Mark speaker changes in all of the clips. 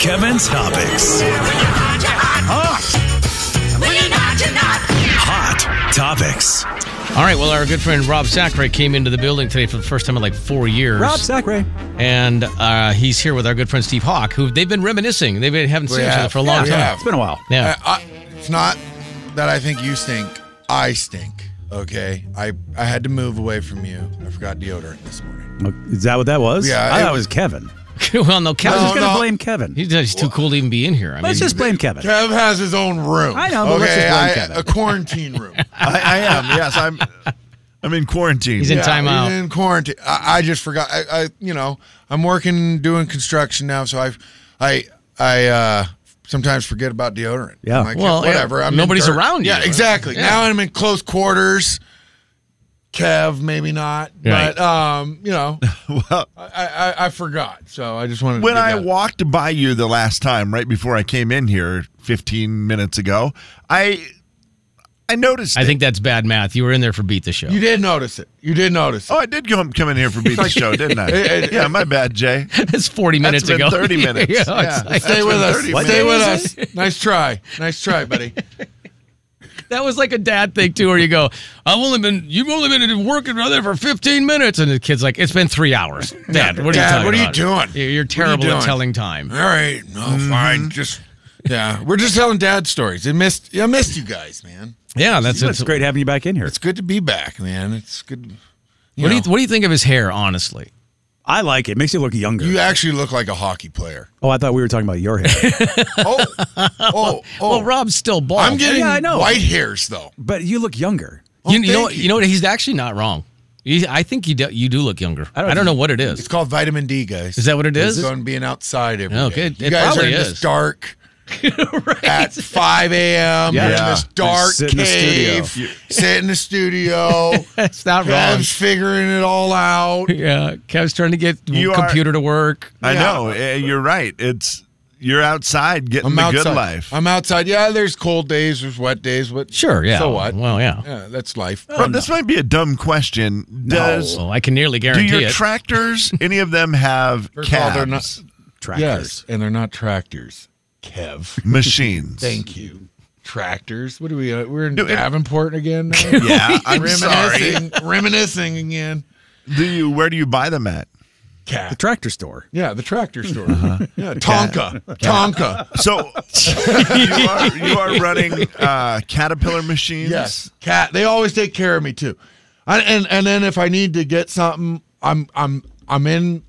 Speaker 1: Kevin's topics. Hot topics.
Speaker 2: All right. Well, our good friend Rob Sacre came into the building today for the first time in like four years.
Speaker 3: Rob Sacre.
Speaker 2: and uh, he's here with our good friend Steve Hawk, who they've been reminiscing. They've been having seen each other
Speaker 4: have.
Speaker 2: for a long
Speaker 4: Yeah, we
Speaker 2: time.
Speaker 4: have.
Speaker 3: It's been a while.
Speaker 2: Oh, Yeah.
Speaker 4: Uh, I, I, it's not that I think you stink. I stink. Okay. I I had to move away from you. I forgot deodorant this morning.
Speaker 3: Is that what that was?
Speaker 4: Yeah,
Speaker 3: I thought
Speaker 4: it-
Speaker 3: it was Kevin.
Speaker 2: well, no,
Speaker 3: I was
Speaker 2: Kevin's
Speaker 3: just going to
Speaker 4: no.
Speaker 3: blame Kevin.
Speaker 2: he's he's too cool to even be in here. I
Speaker 3: Let's
Speaker 2: mean,
Speaker 3: just blame Kevin.
Speaker 4: Kev has his own room.
Speaker 3: I know, but let's
Speaker 4: okay.
Speaker 3: just blame
Speaker 4: I-
Speaker 3: Kevin.
Speaker 4: A quarantine room.
Speaker 5: I, I am. Yes, I'm. I'm in quarantine.
Speaker 2: he's in
Speaker 4: Yeah,
Speaker 2: timeout.
Speaker 4: he's in quarantine. I, I just forgot. I, I you know I'm working doing construction now, so I've I I uh, sometimes forget about deodorant.
Speaker 3: Yeah.
Speaker 4: I'm like,
Speaker 2: Well, yeah,
Speaker 4: whatever. I'm in
Speaker 2: nobody's
Speaker 4: dirt.
Speaker 2: around you.
Speaker 4: Yeah, exactly.
Speaker 2: Yeah.
Speaker 4: Now I'm in close quarters. Kev, maybe not,
Speaker 2: Right.
Speaker 4: but um, you know,
Speaker 5: Well,
Speaker 4: I, I I forgot. So I just wanted
Speaker 5: when
Speaker 4: to give
Speaker 5: I
Speaker 4: that-
Speaker 5: walked by you the last time, right before I came in here, 15 minutes ago, I I noticed.
Speaker 2: I
Speaker 5: it.
Speaker 2: think that's bad math. You were in there for Beat the Show.
Speaker 4: you did notice it. You did notice it.
Speaker 5: Oh, I did come come in here for beat the show, didn't I? Yeah, my bad, Jay.
Speaker 2: That's 40 minutes
Speaker 5: been
Speaker 2: ago.
Speaker 5: 30 minutes.
Speaker 2: Yeah, it's
Speaker 5: Yeah.
Speaker 2: like-
Speaker 4: Stay with us.
Speaker 5: What?
Speaker 4: Stay with us. Nice try. Nice try, buddy.
Speaker 2: that was like a dad thing, too, where you go, I've only been, you've only been working on there for 15 minutes. And the kid's like, it's been three hours. Dad, what are you
Speaker 4: Dad,
Speaker 2: talking
Speaker 4: what are you
Speaker 2: about?
Speaker 4: doing?
Speaker 2: You're- You're
Speaker 4: are you
Speaker 2: terrible at
Speaker 4: doing?
Speaker 2: telling time.
Speaker 4: All right. No,
Speaker 2: Mm-hmm.
Speaker 4: fine. Just yeah, we're just telling dad stories. It missed. I missed you guys, man.
Speaker 2: Yeah, that's
Speaker 3: It's
Speaker 2: it's
Speaker 3: great having you back in here.
Speaker 4: It's good to be back, man. It's good. You
Speaker 2: What do, you,
Speaker 4: know,
Speaker 2: what do you think of his hair, honestly?
Speaker 3: I like it. Makes you look younger.
Speaker 4: you actually look like a hockey player.
Speaker 3: oh, I thought we were talking about your hair.
Speaker 4: Oh, oh, oh.
Speaker 2: Well, Rob's still bald.
Speaker 4: I'm getting
Speaker 3: Yeah, I know.
Speaker 4: white hairs though.
Speaker 3: but you look younger.
Speaker 2: you, you know,
Speaker 4: thank
Speaker 2: you
Speaker 4: you.
Speaker 2: know what? He's actually not wrong. He, I think you do, you do look younger. I don't, know what it
Speaker 4: It's
Speaker 2: is.
Speaker 4: called vitamin D, guys.
Speaker 2: Is that what it
Speaker 4: It's
Speaker 2: is?
Speaker 4: Going being outside every day.
Speaker 2: Okay, it
Speaker 4: You guys are
Speaker 2: probably
Speaker 4: in
Speaker 2: is.
Speaker 4: this dark. At 5 a.m. You're in
Speaker 5: Yeah.
Speaker 4: this dark
Speaker 3: Sit in the studio.
Speaker 4: cave. sit in the studio.
Speaker 2: That's not wrong.
Speaker 4: Kev's figuring it all out.
Speaker 2: Yeah, Kev's trying to get
Speaker 5: You are-
Speaker 2: computer to work.
Speaker 5: I
Speaker 4: Yeah.
Speaker 5: know. eh, You're right. It's you're outside getting
Speaker 4: I'm
Speaker 5: the
Speaker 4: outside.
Speaker 5: good life.
Speaker 4: I'm outside. Yeah, there's cold days, there's wet days, but
Speaker 2: Sure, yeah.
Speaker 4: So what?
Speaker 2: Well, yeah.
Speaker 4: yeah, that's life.
Speaker 5: But this might be a dumb question. Does
Speaker 2: Oh, Well, I can nearly
Speaker 5: do
Speaker 2: guarantee
Speaker 5: your
Speaker 2: it.
Speaker 5: tractors? any of them have
Speaker 4: First of all,
Speaker 5: calves?
Speaker 4: they're
Speaker 3: Tractors.
Speaker 4: yes, and they're not tractors. Kev,
Speaker 5: Machines.
Speaker 4: thank you. Tractors. What are we? Uh, we're in
Speaker 5: No, it-
Speaker 4: Davenport again. now?
Speaker 5: Yeah, I'm sorry.
Speaker 4: reminiscing, reminiscing again.
Speaker 5: Do you? Where do you buy them at?
Speaker 3: The
Speaker 4: Cat.
Speaker 3: tractor store.
Speaker 4: yeah, the tractor store.
Speaker 5: Uh-huh.
Speaker 4: Yeah, Tonka. Tonka.
Speaker 5: So you, are, you are running uh, Caterpillar machines.
Speaker 4: Yes, cat. They always take care of me too. I, and and then if I need to get something, I'm I'm I'm in.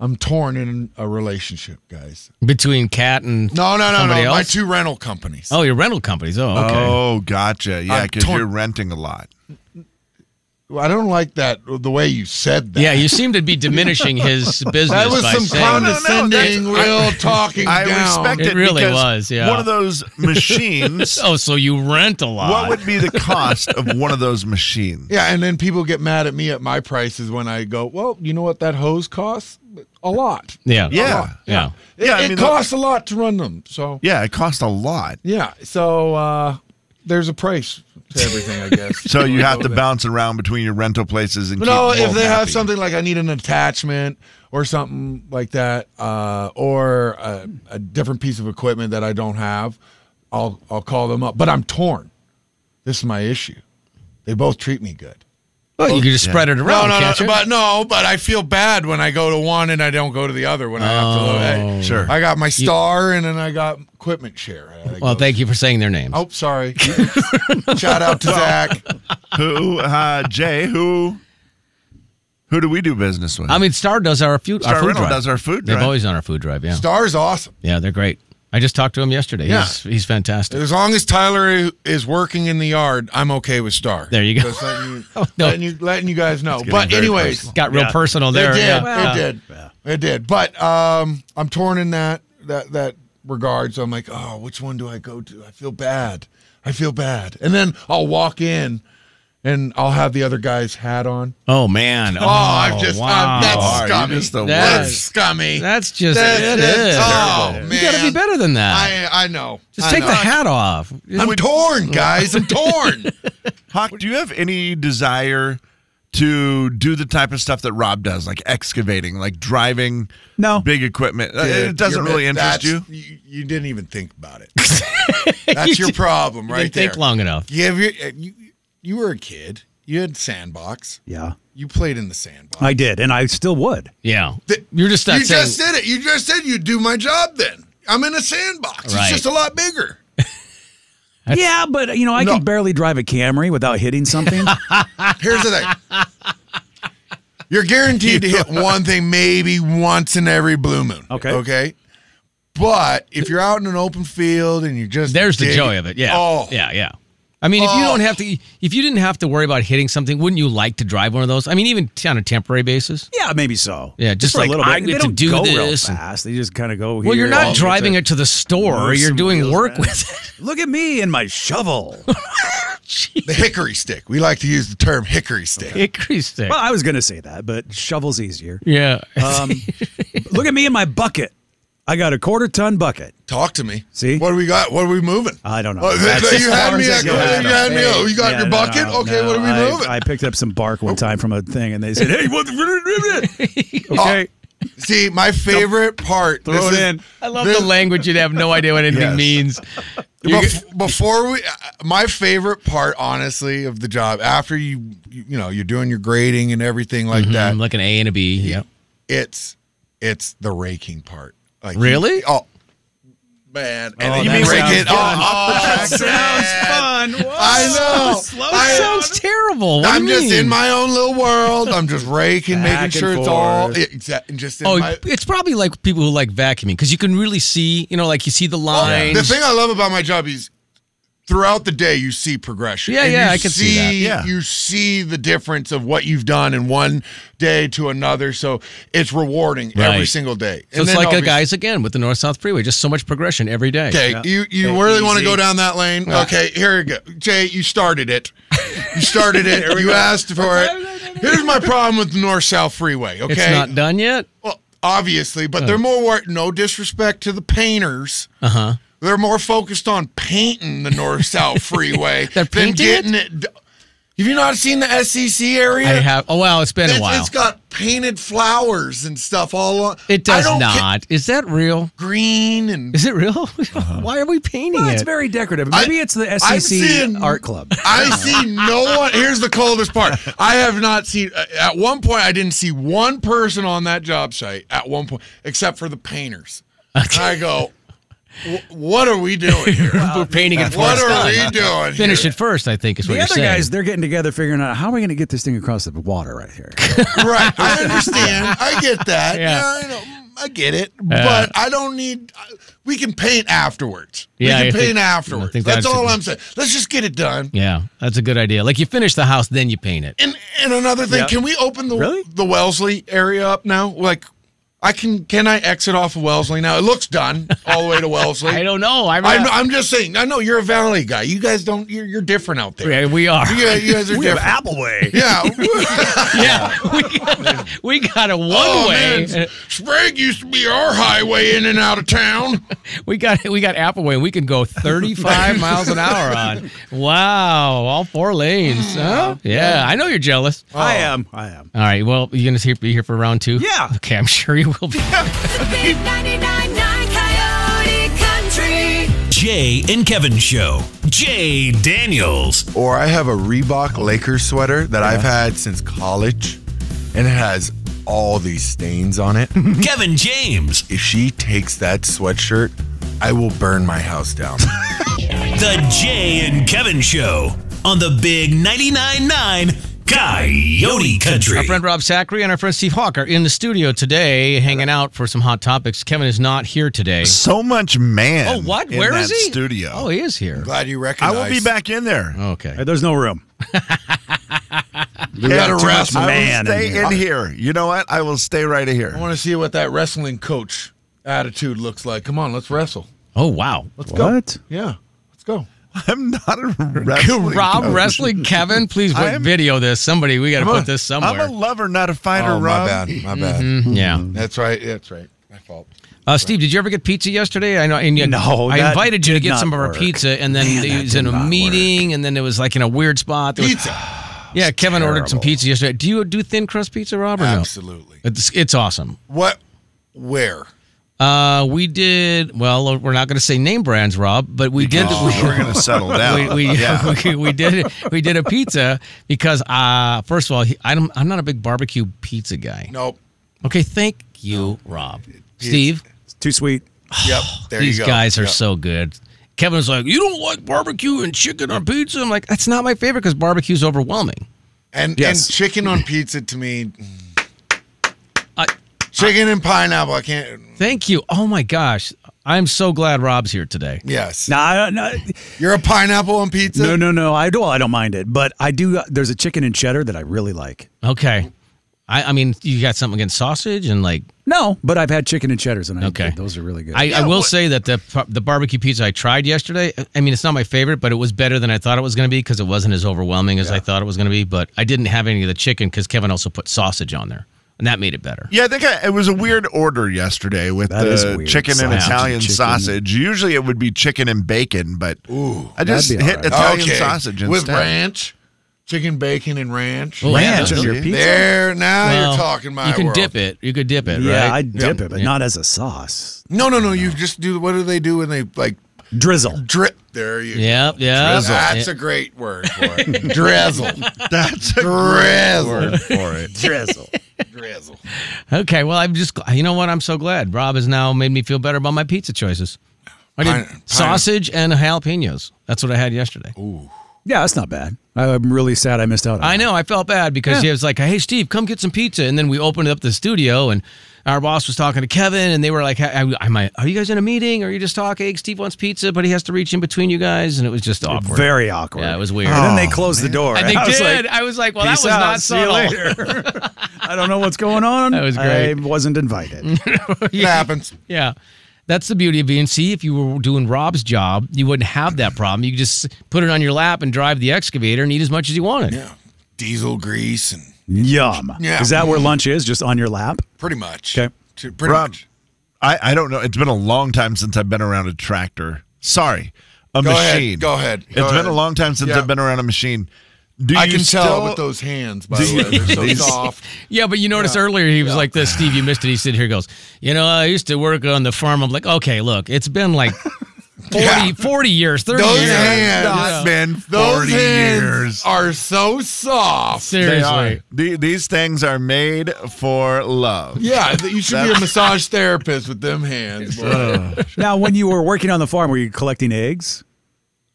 Speaker 4: I'm torn in a relationship, guys.
Speaker 2: Between Cat and
Speaker 4: No, no, no,
Speaker 2: somebody
Speaker 4: no. My
Speaker 2: Else?
Speaker 4: two rental companies.
Speaker 2: oh, your rental companies. Oh, okay.
Speaker 5: Oh, gotcha. Yeah,
Speaker 4: I'm
Speaker 5: because
Speaker 4: torn-
Speaker 5: you're renting a lot.
Speaker 4: I don't like that the way you said that.
Speaker 2: Yeah, you seem to be diminishing his business.
Speaker 4: that was
Speaker 2: by
Speaker 4: some
Speaker 2: saying,
Speaker 4: condescending,
Speaker 5: No, no,
Speaker 4: real
Speaker 5: that's-
Speaker 4: talking
Speaker 5: I
Speaker 4: down.
Speaker 5: respect
Speaker 2: It
Speaker 5: it.
Speaker 2: really
Speaker 5: because
Speaker 2: was, yeah.
Speaker 5: One of those machines.
Speaker 2: Oh, so you rent a lot.
Speaker 5: what would be the cost of one of those machines?
Speaker 4: Yeah, and then people get mad at me at my prices when I go. Well, you know what that hose costs? A lot.
Speaker 2: yeah.
Speaker 5: Yeah.
Speaker 2: Yeah.
Speaker 4: It,
Speaker 5: Yeah, I
Speaker 4: it
Speaker 5: mean, the-
Speaker 4: costs a lot to run them. So
Speaker 5: Yeah, it costs a lot.
Speaker 4: yeah, so uh, there's a price to everything, I guess.
Speaker 5: So you have to
Speaker 4: balance.
Speaker 5: bounce around between your rental places and
Speaker 4: No,
Speaker 5: keep
Speaker 4: if
Speaker 5: both
Speaker 4: they have
Speaker 5: happy.
Speaker 4: something like I need an attachment or something like that, uh, or a, a different piece of equipment that I don't have, I'll I'll call them up. But I'm torn. This is my issue. They both treat me good.
Speaker 2: Well, you could just spread it around, can't you?
Speaker 4: but no, but I feel bad when I go to one and I don't go to the other when I have to. I,
Speaker 5: Oh. Sure.
Speaker 4: I got my star and then I got equipment share. I
Speaker 2: well,
Speaker 4: go-
Speaker 2: thank you for saying their names.
Speaker 4: Oh, sorry. Shout out to Zach.
Speaker 5: who, uh, Jay, who, who do we do business with?
Speaker 2: I mean, Star does our, food.
Speaker 5: Star
Speaker 2: our food
Speaker 5: Rental
Speaker 2: drive.
Speaker 5: does our food
Speaker 2: They've
Speaker 5: drive.
Speaker 2: always done our food drive. Yeah.
Speaker 4: Star's awesome.
Speaker 2: Yeah, they're great. I just talked to him yesterday.
Speaker 4: Yeah.
Speaker 2: He's, he's fantastic.
Speaker 4: As long as Tyler is working in the yard, I'm okay with Star.
Speaker 2: There you go. Oh,
Speaker 4: Just letting you,
Speaker 2: no.
Speaker 4: letting you, letting you guys know. But
Speaker 5: very
Speaker 4: anyways,
Speaker 5: personal.
Speaker 2: Got real
Speaker 3: Yeah.
Speaker 2: personal
Speaker 4: it
Speaker 2: there.
Speaker 4: did.
Speaker 2: yeah.
Speaker 4: It did. It did. But um, I'm torn in that that that regard. So I'm like, oh, which one do I go to? I feel bad. I feel bad. And then I'll walk in, and I'll have the other guy's hat on.
Speaker 2: Oh man.
Speaker 4: Oh, I'm just
Speaker 2: wow.
Speaker 4: I'm,
Speaker 5: Oh,
Speaker 4: that's
Speaker 5: you're
Speaker 4: scummy.
Speaker 5: just the
Speaker 2: That
Speaker 4: that's
Speaker 2: is-
Speaker 4: scummy.
Speaker 2: That's just
Speaker 4: That's
Speaker 2: it
Speaker 4: just-
Speaker 2: is.
Speaker 4: Oh man,
Speaker 2: You got to be better than that.
Speaker 4: I I know.
Speaker 2: just
Speaker 4: I
Speaker 2: take
Speaker 4: know.
Speaker 2: the hat off.
Speaker 4: I'm torn, guys. I'm torn.
Speaker 5: Hawk, do you have any desire to do the type of stuff that Rob does, like excavating, like driving
Speaker 3: No.
Speaker 5: big equipment. Uh,
Speaker 4: Dude,
Speaker 5: it doesn't
Speaker 4: you're-
Speaker 5: really interest
Speaker 4: that's-
Speaker 5: you.
Speaker 4: you. You didn't even think about it. That's your problem, right
Speaker 2: Didn't
Speaker 4: there.
Speaker 2: think long enough.
Speaker 4: You, have your, you you were a kid. You had sandbox.
Speaker 3: Yeah,
Speaker 4: You played in the sandbox.
Speaker 3: I did, and I still would.
Speaker 2: Yeah,
Speaker 4: Th-
Speaker 2: you're just not
Speaker 4: you
Speaker 2: saying.
Speaker 4: just did it. You just said you'd do my job. Then I'm in a sandbox.
Speaker 2: Right.
Speaker 4: It's just a lot bigger.
Speaker 3: yeah, but you know, I
Speaker 4: No.
Speaker 3: can barely drive a Camry without hitting something.
Speaker 4: Here's the thing. You're guaranteed to hit one thing maybe once in every blue moon.
Speaker 3: Okay.
Speaker 4: Okay. But if you're out in an open field and you're just
Speaker 2: there's the
Speaker 4: digging-
Speaker 2: joy of it. Yeah.
Speaker 4: Oh.
Speaker 2: Yeah. Yeah. I mean, if you don't
Speaker 4: Oh.
Speaker 2: have to, if you didn't have to worry about hitting something, wouldn't you like to drive one of those? I mean, even t- on a temporary basis.
Speaker 3: yeah, maybe so.
Speaker 2: Yeah, just
Speaker 3: for
Speaker 2: like,
Speaker 3: a little bit.
Speaker 2: I
Speaker 3: they
Speaker 2: get to
Speaker 3: don't
Speaker 2: do
Speaker 3: go real
Speaker 2: this and-
Speaker 3: fast. They just kind of go.
Speaker 2: Well,
Speaker 3: here.
Speaker 2: you're
Speaker 3: Oh,
Speaker 2: not
Speaker 3: it's
Speaker 2: driving
Speaker 3: a-
Speaker 2: it to the store.
Speaker 3: Move
Speaker 2: You're
Speaker 3: some
Speaker 2: doing
Speaker 3: wheels
Speaker 2: work
Speaker 3: around.
Speaker 2: with it.
Speaker 3: Look at me and my shovel.
Speaker 4: The hickory stick. We like to use the term hickory stick.
Speaker 2: Hickory stick.
Speaker 3: Well, I was going to say that, but shovel's easier.
Speaker 2: yeah.
Speaker 3: Um, look at me and my bucket. I got a quarter ton bucket.
Speaker 4: Talk to me.
Speaker 3: See?
Speaker 4: What do we got? What are we moving?
Speaker 3: I don't know.
Speaker 4: Oh, th-
Speaker 3: That's
Speaker 4: th- you
Speaker 3: as
Speaker 4: had
Speaker 3: far
Speaker 4: me
Speaker 3: as
Speaker 4: at
Speaker 3: I got.
Speaker 4: you had me. Oh, you got
Speaker 3: Yeah,
Speaker 4: your
Speaker 3: no,
Speaker 4: bucket?
Speaker 3: no,
Speaker 4: okay,
Speaker 3: no.
Speaker 4: what are we Oh.
Speaker 3: I,
Speaker 4: moving?
Speaker 3: I picked up some bark one time from a thing, and they said, "Hey, what?" okay,
Speaker 4: Oh, See, my favorite part.
Speaker 3: throw it
Speaker 4: this is-
Speaker 3: in.
Speaker 2: I love
Speaker 4: this-
Speaker 2: the language. You'd have no idea what anything
Speaker 5: Yes.
Speaker 2: means. You're g-
Speaker 4: Bef- before we, uh, my favorite part, honestly, of the job after you, you, you know, you're doing your grading and everything like that.
Speaker 3: Mm-hmm.
Speaker 2: I'm Mm, like an A and a B. Yep.
Speaker 4: it's it's the raking part. Like
Speaker 2: Really?
Speaker 4: you- oh man, and
Speaker 3: Oh,
Speaker 4: then you
Speaker 3: that
Speaker 4: rake
Speaker 3: sounds
Speaker 4: it oh, off.
Speaker 3: Sounds fun.
Speaker 4: I know. I,
Speaker 2: That sounds terrible. What do
Speaker 4: I'm
Speaker 2: you
Speaker 4: just
Speaker 2: mean?
Speaker 4: in my own little world. I'm just raking,
Speaker 3: Back
Speaker 4: making
Speaker 3: and
Speaker 4: sure it's all
Speaker 3: forth.
Speaker 4: exactly. Just in
Speaker 2: Oh,
Speaker 4: my,
Speaker 2: it's probably like people who like vacuuming because you can really see, you know, like you see the lines.
Speaker 4: Oh, the thing I love about my job is throughout the day you see progression.
Speaker 2: Yeah,
Speaker 4: And
Speaker 2: yeah,
Speaker 4: you
Speaker 2: I can see that.
Speaker 5: Yeah.
Speaker 4: You see the difference of what you've done in one day to another. So it's rewarding every
Speaker 2: Right.
Speaker 4: single day.
Speaker 2: So it's like a guys again with the North South Freeway, just so much progression every day.
Speaker 4: Okay, you you
Speaker 3: Take it
Speaker 4: really want to
Speaker 3: easy.
Speaker 4: go down that lane? Okay, here you go, Jay. You started it. You started it. you asked for it. Here's my problem with the North South Freeway. Okay, Oh,
Speaker 2: It's not Uh. done yet.
Speaker 4: well, obviously, but they're more wor- no disrespect to the painters. Uh
Speaker 2: Uh-huh.
Speaker 4: huh. They're more focused on painting the North South Freeway
Speaker 2: They're
Speaker 4: than
Speaker 2: painting it?
Speaker 4: getting it. d- Have you not seen the SEC area?
Speaker 2: I have. Oh well, it's been
Speaker 4: It's-
Speaker 2: a while.
Speaker 4: it's got painted flowers and stuff all on.
Speaker 2: it
Speaker 4: I
Speaker 2: does
Speaker 4: don't get
Speaker 2: not. Is that real?
Speaker 4: green and
Speaker 2: Is it real?
Speaker 4: Uh-huh.
Speaker 2: Why are we painting
Speaker 3: Well,
Speaker 2: it?
Speaker 3: it's very decorative.
Speaker 4: I-
Speaker 3: Maybe it's the
Speaker 4: I've
Speaker 3: SEC
Speaker 2: E
Speaker 4: seen-
Speaker 3: art club.
Speaker 4: I see no one. Here's the coldest part. I have not seen. uh, At one point, I didn't see one person on that job site. At one point, except for the painters. And I go, "Wh- what are we doing here?
Speaker 2: We're painting it. before
Speaker 4: What
Speaker 2: it's
Speaker 4: are
Speaker 2: done.
Speaker 4: we doing?
Speaker 2: Finish
Speaker 4: here?
Speaker 2: it first, I think is what
Speaker 3: The
Speaker 2: you're
Speaker 3: other
Speaker 2: saying.
Speaker 3: guys, they're getting together, figuring out how are we going to get this thing across the water right here.
Speaker 4: Right. I understand. I get that.
Speaker 2: Yeah. Uh,
Speaker 4: Yeah. I know. Mm, I get it. But I don't need. I- We can paint afterwards.
Speaker 2: Yeah,
Speaker 4: we
Speaker 2: I
Speaker 4: can paint
Speaker 2: think- I
Speaker 4: afterwards.
Speaker 2: think
Speaker 4: That's
Speaker 2: that's-
Speaker 4: all I'm saying. Let's just get it done.
Speaker 2: yeah, that's a good idea. Like you finish the house, then you paint it.
Speaker 4: And and another thing,
Speaker 3: Yeah.
Speaker 4: can we open the
Speaker 3: Really?
Speaker 4: the Wellesley area up now? Like, I can can I exit off of Wellesley now? It looks done all the way to Wellesley.
Speaker 2: I don't know. I'm,
Speaker 4: I'm, I'm just saying. I know you're a valley guy. You guys don't. You're, you're different out there.
Speaker 2: Yeah, we are.
Speaker 4: You, guys- you guys are
Speaker 3: We have
Speaker 4: different.
Speaker 3: Appleway.
Speaker 4: yeah.
Speaker 2: Yeah, we got, we got a one
Speaker 4: oh
Speaker 2: way.
Speaker 4: man, Sprague used to be our highway in and out of town.
Speaker 2: We got we got Appleway, and we can go 35 miles an hour on. Wow, all four lanes. Huh? Yeah, I know you're jealous.
Speaker 3: I am. I am.
Speaker 2: All right. Well, you gonna see- be here for round two.
Speaker 3: Yeah.
Speaker 2: Okay, I'm sure you will be.
Speaker 6: The big 99.9 Coyote Country.
Speaker 1: Jay and Kevin Show. Jay Daniels.
Speaker 7: or I have a Reebok Lakers sweater that I've had since college, and it has all these stains on it.
Speaker 1: Kevin James.
Speaker 7: if she takes that sweatshirt, I will burn my house down.
Speaker 1: The Jay and Kevin Show on the Big 99.9 9 Coyote Country.
Speaker 2: Our friend Rob Sacri and our friend Steve Hawk are in the studio today, hanging out for some hot topics. Kevin is not here today.
Speaker 5: So much man.
Speaker 2: Oh, what?
Speaker 5: in
Speaker 2: Where
Speaker 5: that
Speaker 2: is he?
Speaker 5: Studio.
Speaker 2: Oh, he Oh, is here.
Speaker 4: Glad you
Speaker 5: I
Speaker 4: recognize.
Speaker 5: will be back in there.
Speaker 2: Okay.
Speaker 3: There's no room.
Speaker 4: You got to wrestle.
Speaker 5: I will
Speaker 3: man in
Speaker 5: stay
Speaker 3: here.
Speaker 5: in here. You know what? I will stay right
Speaker 4: I
Speaker 5: here.
Speaker 4: want to see what that wrestling coach attitude looks like. Come on, let's wrestle.
Speaker 2: Oh wow.
Speaker 4: Let's go.
Speaker 3: What?
Speaker 4: Yeah, let's go.
Speaker 5: I'm not a wrestling
Speaker 3: oh,
Speaker 2: Rob
Speaker 5: coach.
Speaker 2: wrestling Kevin, please
Speaker 5: I
Speaker 2: wait,
Speaker 5: am-
Speaker 2: video this. Somebody, we got to put this
Speaker 5: I'm
Speaker 2: somewhere.
Speaker 5: a lover, not a fighter,
Speaker 4: Oh,
Speaker 5: Rob.
Speaker 4: my bad. My bad.
Speaker 2: yeah.
Speaker 4: That's right. That's right. My fault.
Speaker 2: Uh, Steve, did you ever get pizza yesterday? I know. And you,
Speaker 3: No,
Speaker 2: I
Speaker 3: that
Speaker 2: invited you to
Speaker 3: did
Speaker 2: get
Speaker 3: not
Speaker 2: some of our
Speaker 3: work.
Speaker 2: pizza, and then
Speaker 3: Man,
Speaker 2: it
Speaker 3: that
Speaker 2: was in
Speaker 3: did
Speaker 2: a
Speaker 3: not
Speaker 2: meeting, and then it was like in a weird spot. There was-
Speaker 4: Pizza.
Speaker 2: Yeah, Kevin ordered some
Speaker 4: terrible.
Speaker 2: pizza yesterday. Do you do thin crust pizza, Rob? Or
Speaker 4: Absolutely.
Speaker 2: No? It's, it's awesome.
Speaker 4: What? Where?
Speaker 2: Uh, we did well. We're not going to say name brands, Rob, but we did.
Speaker 5: Oh, we're gonna settle
Speaker 2: we,
Speaker 5: down.
Speaker 2: we,
Speaker 5: yeah.
Speaker 2: we, did we did a pizza because uh first of all he, I'm I'm not a big barbecue pizza guy.
Speaker 4: Nope.
Speaker 2: Okay, thank you, Rob. Steve,
Speaker 3: It's too sweet.
Speaker 4: Yep. There
Speaker 2: these
Speaker 4: you go.
Speaker 2: guys are
Speaker 4: Yep.
Speaker 2: so good. Kevin was like, "You don't like barbecue and chicken on pizza." I'm like, "That's not my favorite because barbecue's overwhelming."
Speaker 4: And
Speaker 3: Yes.
Speaker 4: and chicken on pizza to me.
Speaker 2: I-
Speaker 4: chicken and pineapple. I can't.
Speaker 2: Thank you. Oh my gosh, I'm so glad Rob's here today.
Speaker 4: Yes.
Speaker 3: No, I don't- no,
Speaker 4: You're a pineapple on pizza.
Speaker 3: no, no, no. I do. Well, I don't mind it, but I do. uh, There's a chicken and cheddar that I really like.
Speaker 2: Okay, I I mean, you got something against sausage and like
Speaker 3: No, but I've had chicken and cheddars, and I,
Speaker 2: Okay.
Speaker 3: those are really good.
Speaker 2: I, I will say that the par- the barbecue pizza I tried yesterday. I mean, it's not my favorite, but it was better than I thought it was going to be because it wasn't as overwhelming as I thought it was going to be. But I didn't have any of the chicken because Kevin also put sausage on there, and that made it better.
Speaker 5: Yeah, I think I, it was a weird order yesterday with
Speaker 3: That is
Speaker 5: the
Speaker 3: weird.
Speaker 5: chicken and
Speaker 3: Sausage,
Speaker 5: Italian
Speaker 3: chicken.
Speaker 5: sausage. Usually it would be chicken and bacon, but I just
Speaker 3: that'd
Speaker 5: hit
Speaker 3: be all right.
Speaker 5: Italian sausage instead.
Speaker 8: with ranch, chicken bacon and ranch.
Speaker 2: Oh, yeah.
Speaker 3: Ranch on your
Speaker 5: Yeah.
Speaker 3: pizza.
Speaker 4: There now
Speaker 2: Well,
Speaker 4: you're talking my
Speaker 2: You can
Speaker 4: world.
Speaker 2: dip it. You could dip it.
Speaker 3: yeah, I
Speaker 2: right?
Speaker 3: dip
Speaker 2: Yep.
Speaker 3: it, but
Speaker 2: Yeah.
Speaker 3: not as a sauce.
Speaker 4: No, no, no. You just do. What do they do when they like
Speaker 3: Drizzle.
Speaker 4: drip? There you.
Speaker 2: Yep, yep.
Speaker 4: Drizzle.
Speaker 2: Drizzle.
Speaker 4: That's
Speaker 2: Yeah.
Speaker 4: a great word for it. drizzle.
Speaker 5: That's a great
Speaker 4: Drizzle.
Speaker 5: word for it.
Speaker 3: Drizzle.
Speaker 4: Drizzle.
Speaker 2: Okay. Well, I'm just. gl- You know what? I'm so glad Rob has now made me feel better about my pizza choices. I did
Speaker 4: Pine- pine-
Speaker 2: sausage and jalapenos. That's what I had yesterday.
Speaker 3: Yeah, that's not bad. I, I'm really sad I missed out. on
Speaker 2: I
Speaker 3: it.
Speaker 2: know. I felt bad because he was like, "Hey, Steve, come get some pizza." And then we opened up the studio, and our boss was talking to Kevin, and they were like, "Hey, "Am I? Are you guys in a meeting? Or are you just talking? Steve wants pizza, but he has to reach in between you guys." And it was just awkward.
Speaker 3: Very awkward.
Speaker 2: Yeah, it was weird.
Speaker 3: And then they
Speaker 5: Oh,
Speaker 3: closed the door.
Speaker 2: and they
Speaker 3: I was like,
Speaker 2: did. I was like, "Well, that
Speaker 3: "Peace
Speaker 2: was
Speaker 3: out.
Speaker 2: not
Speaker 3: See you
Speaker 2: subtle."
Speaker 3: later. I don't know what's going on.
Speaker 2: That was
Speaker 3: I
Speaker 2: great.
Speaker 3: wasn't invited.
Speaker 4: It happens.
Speaker 2: Yeah. That's the beauty of being. See, if you were doing Rob's job, you wouldn't have that problem. You could just put it on your lap and drive the excavator and eat as much as you wanted.
Speaker 4: Yeah. Diesel grease and
Speaker 3: Yum.
Speaker 4: Yeah.
Speaker 3: Is that where lunch is? Just on your lap?
Speaker 4: pretty much.
Speaker 3: Okay.
Speaker 4: To- Pretty
Speaker 5: Rob,
Speaker 4: much.
Speaker 5: I, I don't know. It's been a long time since I've been around a tractor. Sorry, a
Speaker 4: Go ahead.
Speaker 5: machine.
Speaker 4: Go ahead.
Speaker 5: It's
Speaker 4: Go
Speaker 5: been
Speaker 4: ahead.
Speaker 5: a long time since
Speaker 4: Yeah.
Speaker 5: I've been around a machine. Do
Speaker 4: I
Speaker 5: you
Speaker 4: can
Speaker 5: still-
Speaker 4: tell with those hands. By the way, they're so
Speaker 5: These-
Speaker 4: soft.
Speaker 2: Yeah, but you noticed earlier he was like this, Steve, you missed it. He stood here and goes, You know, I used to work on the farm. I'm like, Okay, look, it's been like 40,
Speaker 4: Yeah.
Speaker 2: 40 years, 30
Speaker 4: Those
Speaker 2: years.
Speaker 4: hands.
Speaker 2: Yeah.
Speaker 5: It's been
Speaker 4: Those
Speaker 5: forty
Speaker 4: hands
Speaker 5: years.
Speaker 4: are so soft.
Speaker 5: They are.
Speaker 2: Seriously.
Speaker 5: The- these things are made for love.
Speaker 4: Yeah, th- you should be a massage therapist with them hands. boy.
Speaker 3: now, when you were working on the farm, were you collecting eggs?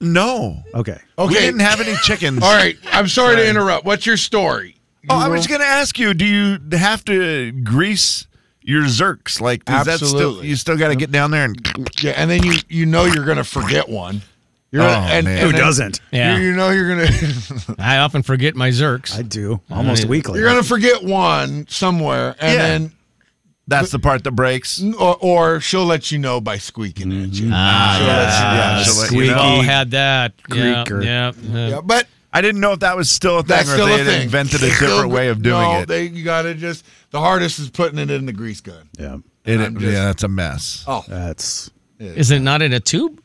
Speaker 5: No.
Speaker 3: Okay.
Speaker 5: We
Speaker 4: Okay.
Speaker 5: didn't have any chickens.
Speaker 4: All right, I'm sorry to interrupt. What's your story?
Speaker 5: Oh, I was going to ask you, do you have to grease your zerks? Like, is that still,
Speaker 4: Absolutely.
Speaker 5: you still got to get down there and
Speaker 4: Yeah, and then you you know you're gonna forget one. You're
Speaker 5: Oh,
Speaker 4: and,
Speaker 5: man.
Speaker 4: and
Speaker 3: Who
Speaker 4: then
Speaker 3: doesn't?
Speaker 2: Yeah.
Speaker 4: You, you know you're gonna
Speaker 2: I often forget my Zerks.
Speaker 3: I do almost
Speaker 2: mean-
Speaker 3: weekly.
Speaker 4: you're gonna forget one somewhere, and
Speaker 5: Yeah.
Speaker 4: then
Speaker 5: that's the part that breaks?
Speaker 4: or, or she'll let you know by squeaking at
Speaker 5: Mm-hmm.
Speaker 4: you.
Speaker 2: Ah,
Speaker 4: She'll let you-
Speaker 5: yeah,
Speaker 3: Uh,
Speaker 5: she'll let you
Speaker 3: squeaky.
Speaker 2: We've all had that. Yeah,
Speaker 3: Greaker.
Speaker 2: yeah, yeah.
Speaker 4: yeah, but
Speaker 5: I didn't know if that was still a thing
Speaker 4: that's
Speaker 5: or if
Speaker 4: still
Speaker 5: they
Speaker 4: a
Speaker 5: had
Speaker 4: thing.
Speaker 5: invented a
Speaker 4: It's
Speaker 5: different
Speaker 4: still-
Speaker 5: way of doing
Speaker 4: no,
Speaker 5: it.
Speaker 4: They, you gotta just the hardest is putting it in the grease gun.
Speaker 3: Yeah,
Speaker 5: It-
Speaker 4: I'm just-
Speaker 5: yeah, that's a mess.
Speaker 4: Oh,
Speaker 3: that's
Speaker 2: Is it not in a tube?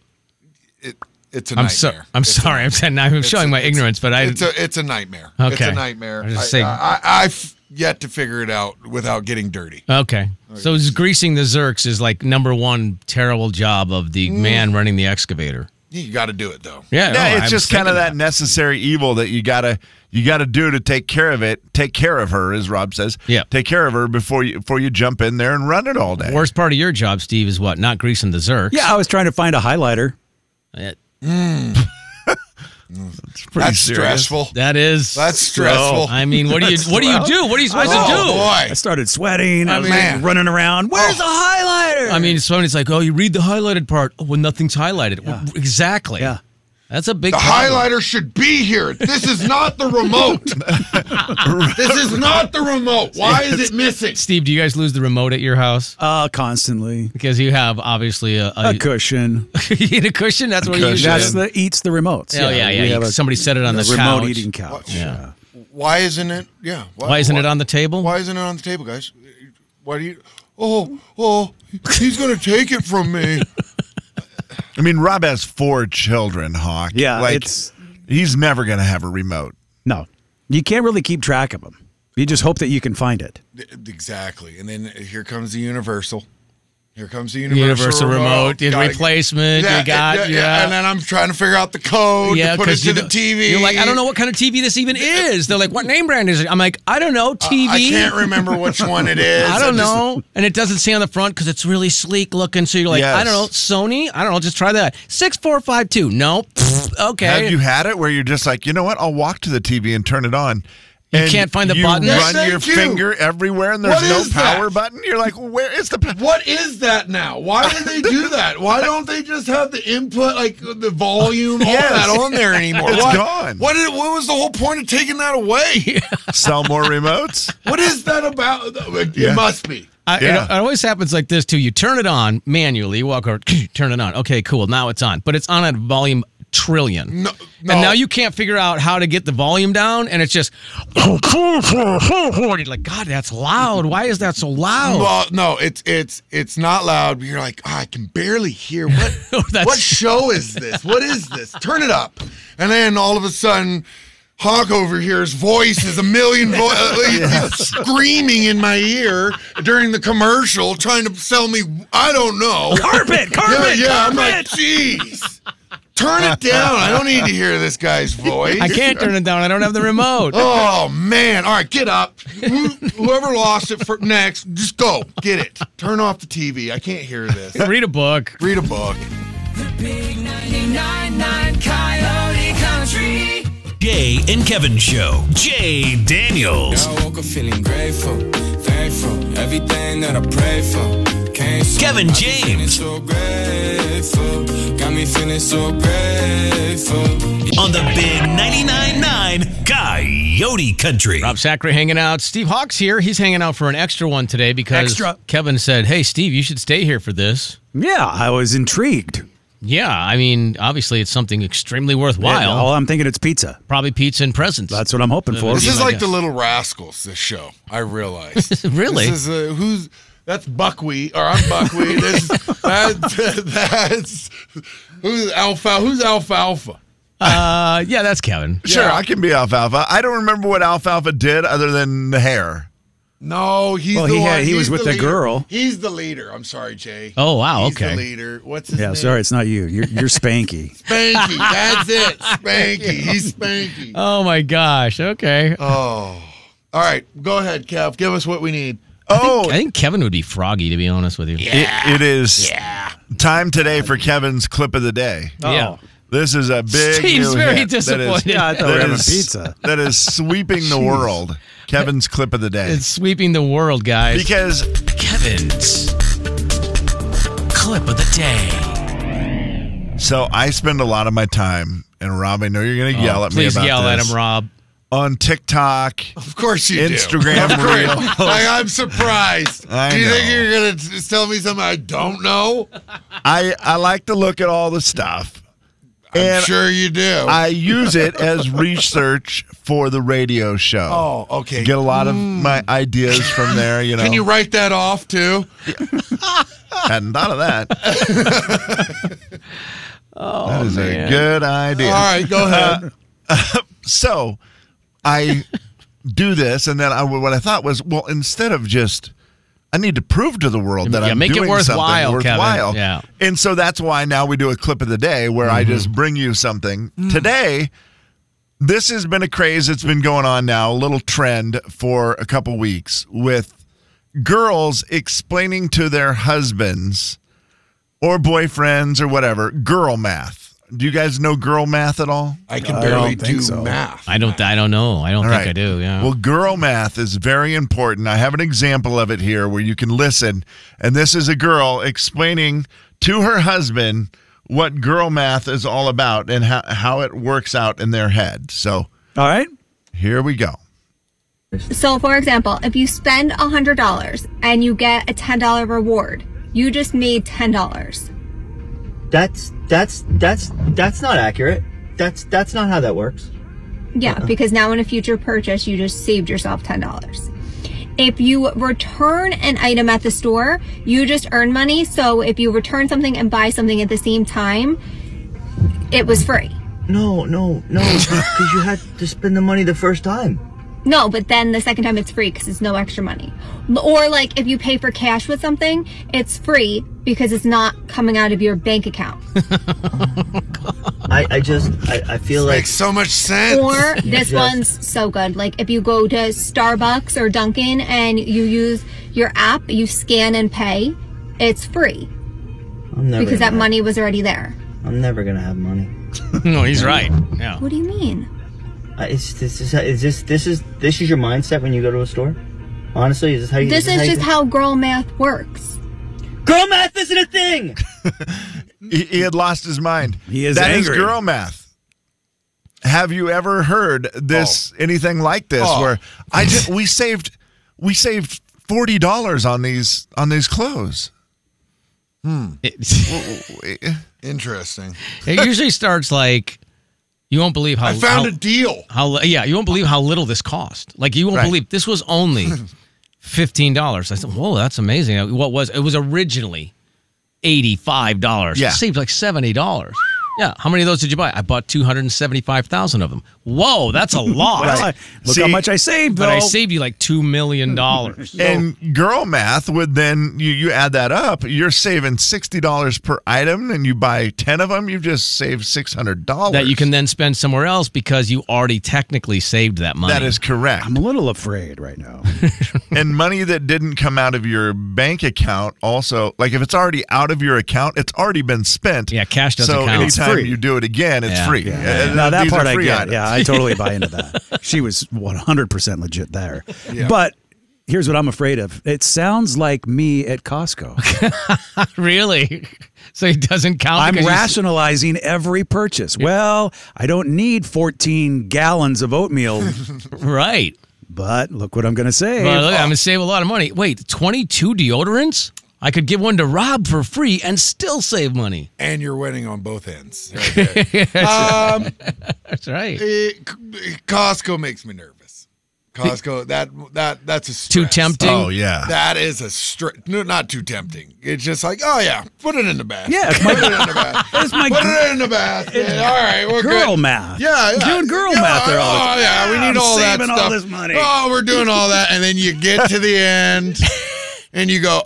Speaker 4: it, it's a
Speaker 2: I'm so,
Speaker 4: nightmare.
Speaker 2: I'm
Speaker 4: It's a
Speaker 2: sorry. I'm, saying, I'm showing my ignorance, but I.
Speaker 4: it's a it's a nightmare. It's
Speaker 2: Okay.
Speaker 4: a nightmare.
Speaker 2: I
Speaker 4: I,
Speaker 2: was just saying-
Speaker 4: I, I, have yet to figure it out without getting dirty.
Speaker 2: Okay. So is greasing the Zerks is like number one terrible job of the man running the excavator.
Speaker 4: You got to do it though.
Speaker 2: Yeah.
Speaker 5: Yeah,
Speaker 2: no,
Speaker 5: it's
Speaker 2: I'm
Speaker 5: just kind
Speaker 2: thinking
Speaker 5: of that, necessary evil that you gotta you gotta do to take care of it. Take care of her, as Rob says.
Speaker 2: Yep.
Speaker 5: Take care of her before you before you jump in there and run it all day.
Speaker 2: Worst part of your job, Steve, is what? Not greasing the Zerks. Uh,
Speaker 3: yeah. I was trying to find a highlighter.
Speaker 2: It-
Speaker 5: It's pretty
Speaker 4: That's
Speaker 5: serious.
Speaker 4: stressful.
Speaker 2: That is.
Speaker 4: That's stressful.
Speaker 2: I mean, what do you what do you do? What are you supposed to do?
Speaker 4: oh
Speaker 3: I started sweating. I, was like,
Speaker 4: man.
Speaker 3: running around.
Speaker 4: oh.
Speaker 3: Where's the highlighter?
Speaker 2: I mean, somebody's like, "Oh, you read the highlighted part oh, when nothing's highlighted." Well, exactly.
Speaker 3: Yeah.
Speaker 2: That's a big
Speaker 4: The
Speaker 2: problem.
Speaker 4: highlighter should be here. This is not the remote. this is not the remote. Why is it missing?
Speaker 2: Steve, do you guys lose the remote at your house
Speaker 3: uh, constantly
Speaker 2: because you have obviously a,
Speaker 3: a
Speaker 2: a,
Speaker 3: cushion.
Speaker 2: you need a cushion? That's what you
Speaker 5: cushion.
Speaker 2: usually.
Speaker 3: That's the eats the remotes.
Speaker 2: Oh yeah, yeah.
Speaker 3: we
Speaker 2: You-
Speaker 3: have a-
Speaker 2: somebody set it on
Speaker 3: a
Speaker 2: the
Speaker 3: remote
Speaker 2: couch.
Speaker 3: eating couch.
Speaker 2: Yeah.
Speaker 4: Why isn't it? Yeah.
Speaker 2: Why isn't it on the table?
Speaker 4: Why isn't it on the table, guys? Why do you? Oh, oh, he's gonna take it from me.
Speaker 5: I mean, Rob has four children, Hawk.
Speaker 3: Yeah,
Speaker 5: like
Speaker 3: it's-
Speaker 5: he's never gonna have a remote.
Speaker 3: No. You can't really keep track of them. You just hope that you can find it.
Speaker 4: Exactly. And then here comes the universal. Here comes the universal,
Speaker 2: Universal remote, the
Speaker 4: Gotta-
Speaker 2: replacement you got. Yeah,
Speaker 4: And then I'm trying to figure out the code to put it
Speaker 2: 'cause
Speaker 4: to
Speaker 2: you
Speaker 4: the
Speaker 2: go-
Speaker 4: TV.
Speaker 2: You're like, I don't know what kind of TV this even is. They're like, what name brand is it? I'm like, I don't know. TV.
Speaker 4: I can't remember which one it is.
Speaker 2: I don't
Speaker 4: just-
Speaker 2: know. And it doesn't say on the front because it's really sleek looking. So you're like, I
Speaker 5: Yes.
Speaker 2: don't know, Sony? I don't know. Just try that. 6452. No. Pfft, okay.
Speaker 5: Have you had it where you're just like, you know what? I'll walk to the TV and turn it on.
Speaker 2: You
Speaker 5: And
Speaker 2: can't find the
Speaker 5: you
Speaker 2: button?
Speaker 5: Run
Speaker 2: Yes,
Speaker 4: thank
Speaker 5: your
Speaker 4: you.
Speaker 5: finger everywhere, and there's
Speaker 4: What
Speaker 5: no
Speaker 4: is that?
Speaker 5: power button. You're like, where is the? Pa-?
Speaker 4: What is that now? Why would they do that? Why don't they just have the input, like the volume, all
Speaker 5: Yes.
Speaker 4: that on there anymore?
Speaker 5: It's
Speaker 4: What-
Speaker 5: gone.
Speaker 4: What, did, what was the whole point of taking that away?
Speaker 5: Sell more remotes.
Speaker 4: What is that about? It
Speaker 5: Yeah.
Speaker 4: must be.
Speaker 2: I,
Speaker 5: Yeah.
Speaker 2: it, it always happens like this too. You turn it on manually, you walk over, turn it on. Okay, cool. Now it's on, but it's on at volume trillion.
Speaker 4: No-
Speaker 2: And now
Speaker 4: no.
Speaker 2: you can't figure out how to get the volume down, and it's just You're like God, that's loud. Why is that so loud?
Speaker 4: Well, no, it's it's it's not loud. But you're like, "Ah, I can barely hear. What
Speaker 2: That's-
Speaker 4: what show is this? What is this? Turn it up, and then all of a sudden, Hawk over here's voice is a million vo- uh, he's screaming in my ear during the commercial, trying to sell me. I don't know.
Speaker 3: Carpet,
Speaker 4: Yeah,
Speaker 3: carpet,
Speaker 4: yeah. I'm like,
Speaker 3: carpet.
Speaker 4: jeez, turn it down. I don't need to hear this guy's voice.
Speaker 2: I can't turn it down. I don't have the remote.
Speaker 4: Oh man! All right, get up. Who- Whoever lost it for next, just go get it. Turn off the TV. I can't hear this.
Speaker 2: Read a book.
Speaker 4: Read a book.
Speaker 6: Big 99.9 Coyote Country.
Speaker 1: Jay and Kevin Show. Jay Daniels.
Speaker 9: I woke up feeling grateful, thankful. Everything that I pray for came so-
Speaker 1: Kevin
Speaker 9: Got me
Speaker 1: James.
Speaker 9: feeling so grateful. Got me feeling so grateful.
Speaker 1: on the big 99.9 Coyote Country.
Speaker 2: Rob Sacre hanging out. Steve Hawks here. He's hanging out for an extra one today because
Speaker 3: Extra.
Speaker 2: Kevin said, "Hey, Steve, you should stay here for this."
Speaker 3: Yeah, I was intrigued.
Speaker 2: Yeah, I mean, obviously, it's something extremely
Speaker 3: Yeah,
Speaker 2: worthwhile.
Speaker 3: all I'm thinking it's pizza.
Speaker 2: Probably pizza and presents.
Speaker 3: That's what I'm hoping for.
Speaker 4: This is
Speaker 2: my
Speaker 4: like
Speaker 2: guess.
Speaker 4: the Little Rascals. This show, I realized.
Speaker 2: Really?
Speaker 4: This is uh, who's that's Buckwheat or I'm Buckwheat. This is- that's that's who's Alpha. Who's Alfalfa?
Speaker 2: Uh, yeah, that's Kevin.
Speaker 5: Sure, I can be alfalfa. I don't remember what alfalfa did other than the hair.
Speaker 4: No, he's
Speaker 3: Well,
Speaker 4: the
Speaker 3: he
Speaker 4: one.
Speaker 3: had- he
Speaker 4: he's
Speaker 3: was with the
Speaker 4: leader.
Speaker 3: girl.
Speaker 4: He's the leader. I'm sorry, Jay.
Speaker 2: Oh, wow,
Speaker 4: He's
Speaker 2: okay.
Speaker 4: The leader. What's his
Speaker 3: yeah,
Speaker 4: name?
Speaker 3: sorry, it's not you. You're, you're Spanky.
Speaker 4: Spanky. That's it. Spanky. He's Spanky. Oh.
Speaker 2: Oh my gosh. Okay.
Speaker 5: Oh,
Speaker 4: All right, go ahead, Kev. Give us what we need.
Speaker 5: Oh,
Speaker 2: I think Kevin would be froggy to be honest with you. Yeah.
Speaker 5: it, it is time today for Kevin's clip of the day.
Speaker 2: Yeah.
Speaker 5: This is a big.
Speaker 2: Steve's
Speaker 5: new
Speaker 2: very
Speaker 5: hit that is-
Speaker 2: disappointed. Yeah, I
Speaker 3: thought we were
Speaker 5: that
Speaker 3: having
Speaker 5: is-
Speaker 3: pizza.
Speaker 5: That is sweeping the world. Kevin's clip of the day.
Speaker 2: It's sweeping the world, guys.
Speaker 5: because
Speaker 1: Kevin's clip of the day.
Speaker 5: So I spend a lot of my time, and Rob, I know you're going to
Speaker 2: Oh,
Speaker 5: yell at me
Speaker 2: please
Speaker 5: about
Speaker 2: yell at
Speaker 5: this,
Speaker 2: him, Rob.
Speaker 5: On TikTok,
Speaker 4: Of course you
Speaker 5: Instagram
Speaker 4: do. Of course.
Speaker 5: Reels.
Speaker 4: Like, I'm surprised.
Speaker 5: I
Speaker 4: do you think
Speaker 5: know.
Speaker 4: you're gonna t- tell me something I don't know?
Speaker 5: I I like to look at all the stuff,
Speaker 4: I'm
Speaker 5: and
Speaker 4: sure you do.
Speaker 5: I use it as research for the radio show.
Speaker 4: oh, okay.
Speaker 5: Get a lot of
Speaker 2: Mm.
Speaker 5: my ideas from there. You know,
Speaker 4: Can you write that off too?
Speaker 5: hadn't thought of that. oh, that is a good idea.
Speaker 4: All right,
Speaker 5: Uh,
Speaker 4: go ahead.
Speaker 5: so I do this, and then I, what I thought was, well, instead of just, I need to prove to the world that
Speaker 2: Yeah,
Speaker 5: I'm
Speaker 2: make it
Speaker 5: doing
Speaker 2: worthwhile,
Speaker 5: something
Speaker 2: Kevin.
Speaker 5: worthwhile.
Speaker 2: Yeah. Mm-hmm.
Speaker 5: And so that's why now we do a clip of the day where I just bring you something
Speaker 2: Mm.
Speaker 5: today. This has been a craze that's been going on now, a little trend for a couple weeks with girls explaining to their husbands or boyfriends or whatever girl math. Do you guys know girl math at all?
Speaker 4: I can
Speaker 3: I
Speaker 4: barely
Speaker 3: don't think
Speaker 4: do
Speaker 3: so.
Speaker 4: math.
Speaker 2: I don't. I don't know. I don't
Speaker 5: All
Speaker 2: think
Speaker 5: right.
Speaker 2: I do. Yeah.
Speaker 5: Well, girl math is very important. I have an example of it here where you can listen. And this is a girl explaining to her husband what girl math is all about and how, how it works out in their head. So
Speaker 3: All right.
Speaker 5: here we go.
Speaker 10: So, for example, if you spend $100 and you get a $10 reward, you just made $10.
Speaker 11: That's that's that's that's not accurate. That's that's not how that works. Uh-uh.
Speaker 10: Yeah, because now in a future purchase, you just saved yourself $10. If you return an item at the store, you just earn money. So, if you return something and buy something at the same time, it was free.
Speaker 11: No, no, no, because you had to spend the money the first time.
Speaker 10: No, but then the second time it's free because it's no extra money. Or like if you pay for cash with something, it's free because it's not coming out of your bank account.
Speaker 11: I, I just, I, I feel like. Makes
Speaker 7: so much sense.
Speaker 10: Or this one's so good. Like if you go to Starbucks or Dunkin' and you use your app, you scan and pay, it's free
Speaker 11: I'm never
Speaker 10: because that
Speaker 11: gonna-
Speaker 10: money was already there.
Speaker 11: I'm never gonna have money.
Speaker 2: no, he's right. Yeah.
Speaker 10: What do you mean?
Speaker 11: Uh, is this is, is this this is this is your mindset when you go to a store? Honestly, is this how you?
Speaker 10: This is
Speaker 11: you
Speaker 10: just
Speaker 11: think?
Speaker 10: how girl math works.
Speaker 11: Girl math isn't a thing.
Speaker 5: He, he had lost his mind. He
Speaker 3: is
Speaker 5: That is
Speaker 3: angry.
Speaker 5: girl math. Have you ever heard this anything like this?
Speaker 7: Oh.
Speaker 5: Where I just, we saved we saved forty dollars on these on these clothes.
Speaker 2: It,
Speaker 7: Interesting.
Speaker 2: it usually starts like you won't believe how
Speaker 4: I found
Speaker 2: how,
Speaker 4: a deal.
Speaker 2: how li- yeah you won't believe how little this cost. Like you won't
Speaker 5: Right.
Speaker 2: believe this was only fifteen dollars. I said, whoa, that's amazing. Uh, What was it was originally eighty five dollars.
Speaker 5: Yeah.
Speaker 2: It saved like seventy dollars. Yeah, how many of those did you buy? I bought two hundred and seventy five thousand of them. Whoa, that's a lot.
Speaker 5: Right.
Speaker 3: Look
Speaker 5: See,
Speaker 3: how much I saved, though.
Speaker 2: But I saved you like two million dollars.
Speaker 5: And girl math would then you you add that up, you're saving sixty dollars per item, and you buy ten of them, you've just saved six hundred dollars.
Speaker 2: that you can then spend somewhere else because you already technically saved that money.
Speaker 5: That is correct.
Speaker 3: I'm a little afraid right now.
Speaker 5: and money that didn't come out of your bank account also like if it's already out of your account it's already been spent
Speaker 2: Yeah, cash doesn't
Speaker 5: so
Speaker 2: count. It's
Speaker 5: anytime
Speaker 3: free.
Speaker 5: you do it again it's
Speaker 2: Yeah.
Speaker 5: free
Speaker 3: Yeah.
Speaker 5: Uh,
Speaker 3: Now that
Speaker 5: these are
Speaker 3: part I
Speaker 5: free
Speaker 3: get.
Speaker 5: items.
Speaker 3: Yeah, I totally buy into that. she was 100% legit there. But here's what I'm afraid of. It sounds like me at Costco.
Speaker 2: really. So it doesn't count.
Speaker 3: I'm
Speaker 2: because you-
Speaker 3: rationalizing every purchase. Well, I don't need 14 gallons of oatmeal,
Speaker 2: right.
Speaker 3: but look what I'm going to save.
Speaker 2: Well, look, I'm gonna save a lot of money. Wait, 22 deodorants? I could give one to Rob for free and still save money.
Speaker 4: And you're winning on both ends. right there.
Speaker 2: That's right.
Speaker 4: It- Costco makes me nervous. Costco, that that that's a
Speaker 2: Too
Speaker 4: stress.
Speaker 2: tempting.
Speaker 5: oh yeah
Speaker 4: That is a straight. No, not too tempting. It's just like, oh yeah, put it in the bath.
Speaker 3: Yeah, it's
Speaker 4: put it in the bath.
Speaker 3: It's my
Speaker 4: put
Speaker 3: gr-
Speaker 4: it in the bath. Yeah, all right, we're
Speaker 3: girl
Speaker 4: good.
Speaker 3: math.
Speaker 4: Yeah, yeah.
Speaker 3: Doing girl
Speaker 4: yeah,
Speaker 3: math there all the
Speaker 4: Oh
Speaker 3: time.
Speaker 4: yeah, we need
Speaker 3: I'm
Speaker 4: all that
Speaker 3: saving all
Speaker 4: stuff.
Speaker 3: this money.
Speaker 4: Oh, we're doing all that, and then you get to the end, and you go,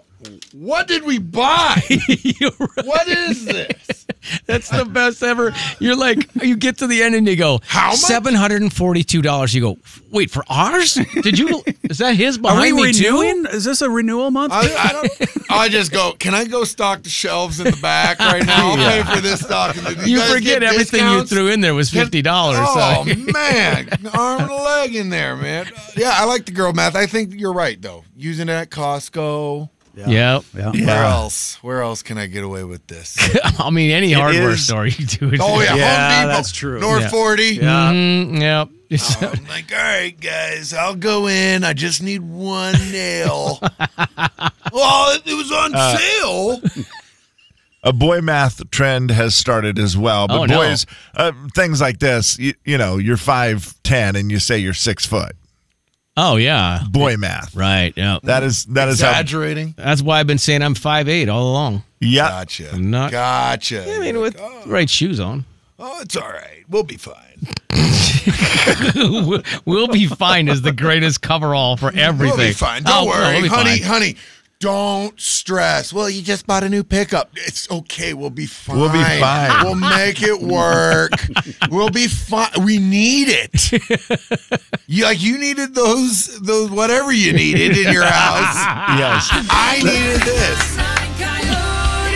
Speaker 4: "What did we buy?
Speaker 2: You're right.
Speaker 4: What is this?"
Speaker 2: That's the best ever. You're like, you get to the end and you go,
Speaker 4: How much?
Speaker 2: Seven hundred and forty-two dollars. You go, wait for ours? Did you? Is that his
Speaker 3: Are we
Speaker 2: behind me too?
Speaker 3: renewing? Is this a renewal month?
Speaker 4: I, I don't. I just go. Can I go stock the shelves in the back right now? I'll pay for this stock. and then-
Speaker 2: You
Speaker 4: guys
Speaker 2: forget
Speaker 4: get
Speaker 2: everything
Speaker 4: discounts?
Speaker 2: you threw in there was fifty dollars.
Speaker 4: Oh man, arm and a leg in there, man. Yeah, I like the girl math. I think you're right though. Using it at Costco.
Speaker 2: yeah.
Speaker 3: yeah.
Speaker 4: Where else? Where else can I get away with this?
Speaker 2: I mean, any hardware
Speaker 5: is-
Speaker 2: store you do it.
Speaker 4: Oh yeah,
Speaker 3: Yeah,
Speaker 4: Home Depot,
Speaker 3: that's true.
Speaker 4: North
Speaker 2: Yeah.
Speaker 4: Forty.
Speaker 2: Mm, yep. It's-
Speaker 4: I'm like, all right, guys, I'll go in. I just need one nail. oh, it, it was on
Speaker 2: Uh,
Speaker 4: sale.
Speaker 5: a boy math trend has started as well but
Speaker 2: Oh, no.
Speaker 5: boys uh, things like this you, you know you're 510 and you say you're six foot
Speaker 2: oh yeah.
Speaker 5: boy math
Speaker 2: Right. Yeah.
Speaker 5: that is that is how
Speaker 4: Exaggerating.
Speaker 2: That's why I've been saying I'm 5'8 all along.
Speaker 5: yeah
Speaker 4: Gotcha.
Speaker 2: I'm not-
Speaker 4: Gotcha.
Speaker 2: I mean,
Speaker 4: You're
Speaker 2: with
Speaker 4: like, oh,
Speaker 2: the right shoes on,
Speaker 4: oh, it's all right. We'll be fine.
Speaker 2: we'll we'll be fine. Is the greatest coverall for everything.
Speaker 4: We'll be fine. Don't
Speaker 2: Oh, no,
Speaker 4: worry,
Speaker 2: we'll be
Speaker 4: honey.
Speaker 2: fine.
Speaker 4: Honey, don't stress. Well, you just bought a new pickup. It's okay. We'll be fine.
Speaker 5: We'll be fine.
Speaker 4: We'll make it work. we'll be fine. We need it. you, like you needed those those whatever you needed in your house.
Speaker 2: Ah.
Speaker 5: yes
Speaker 4: I needed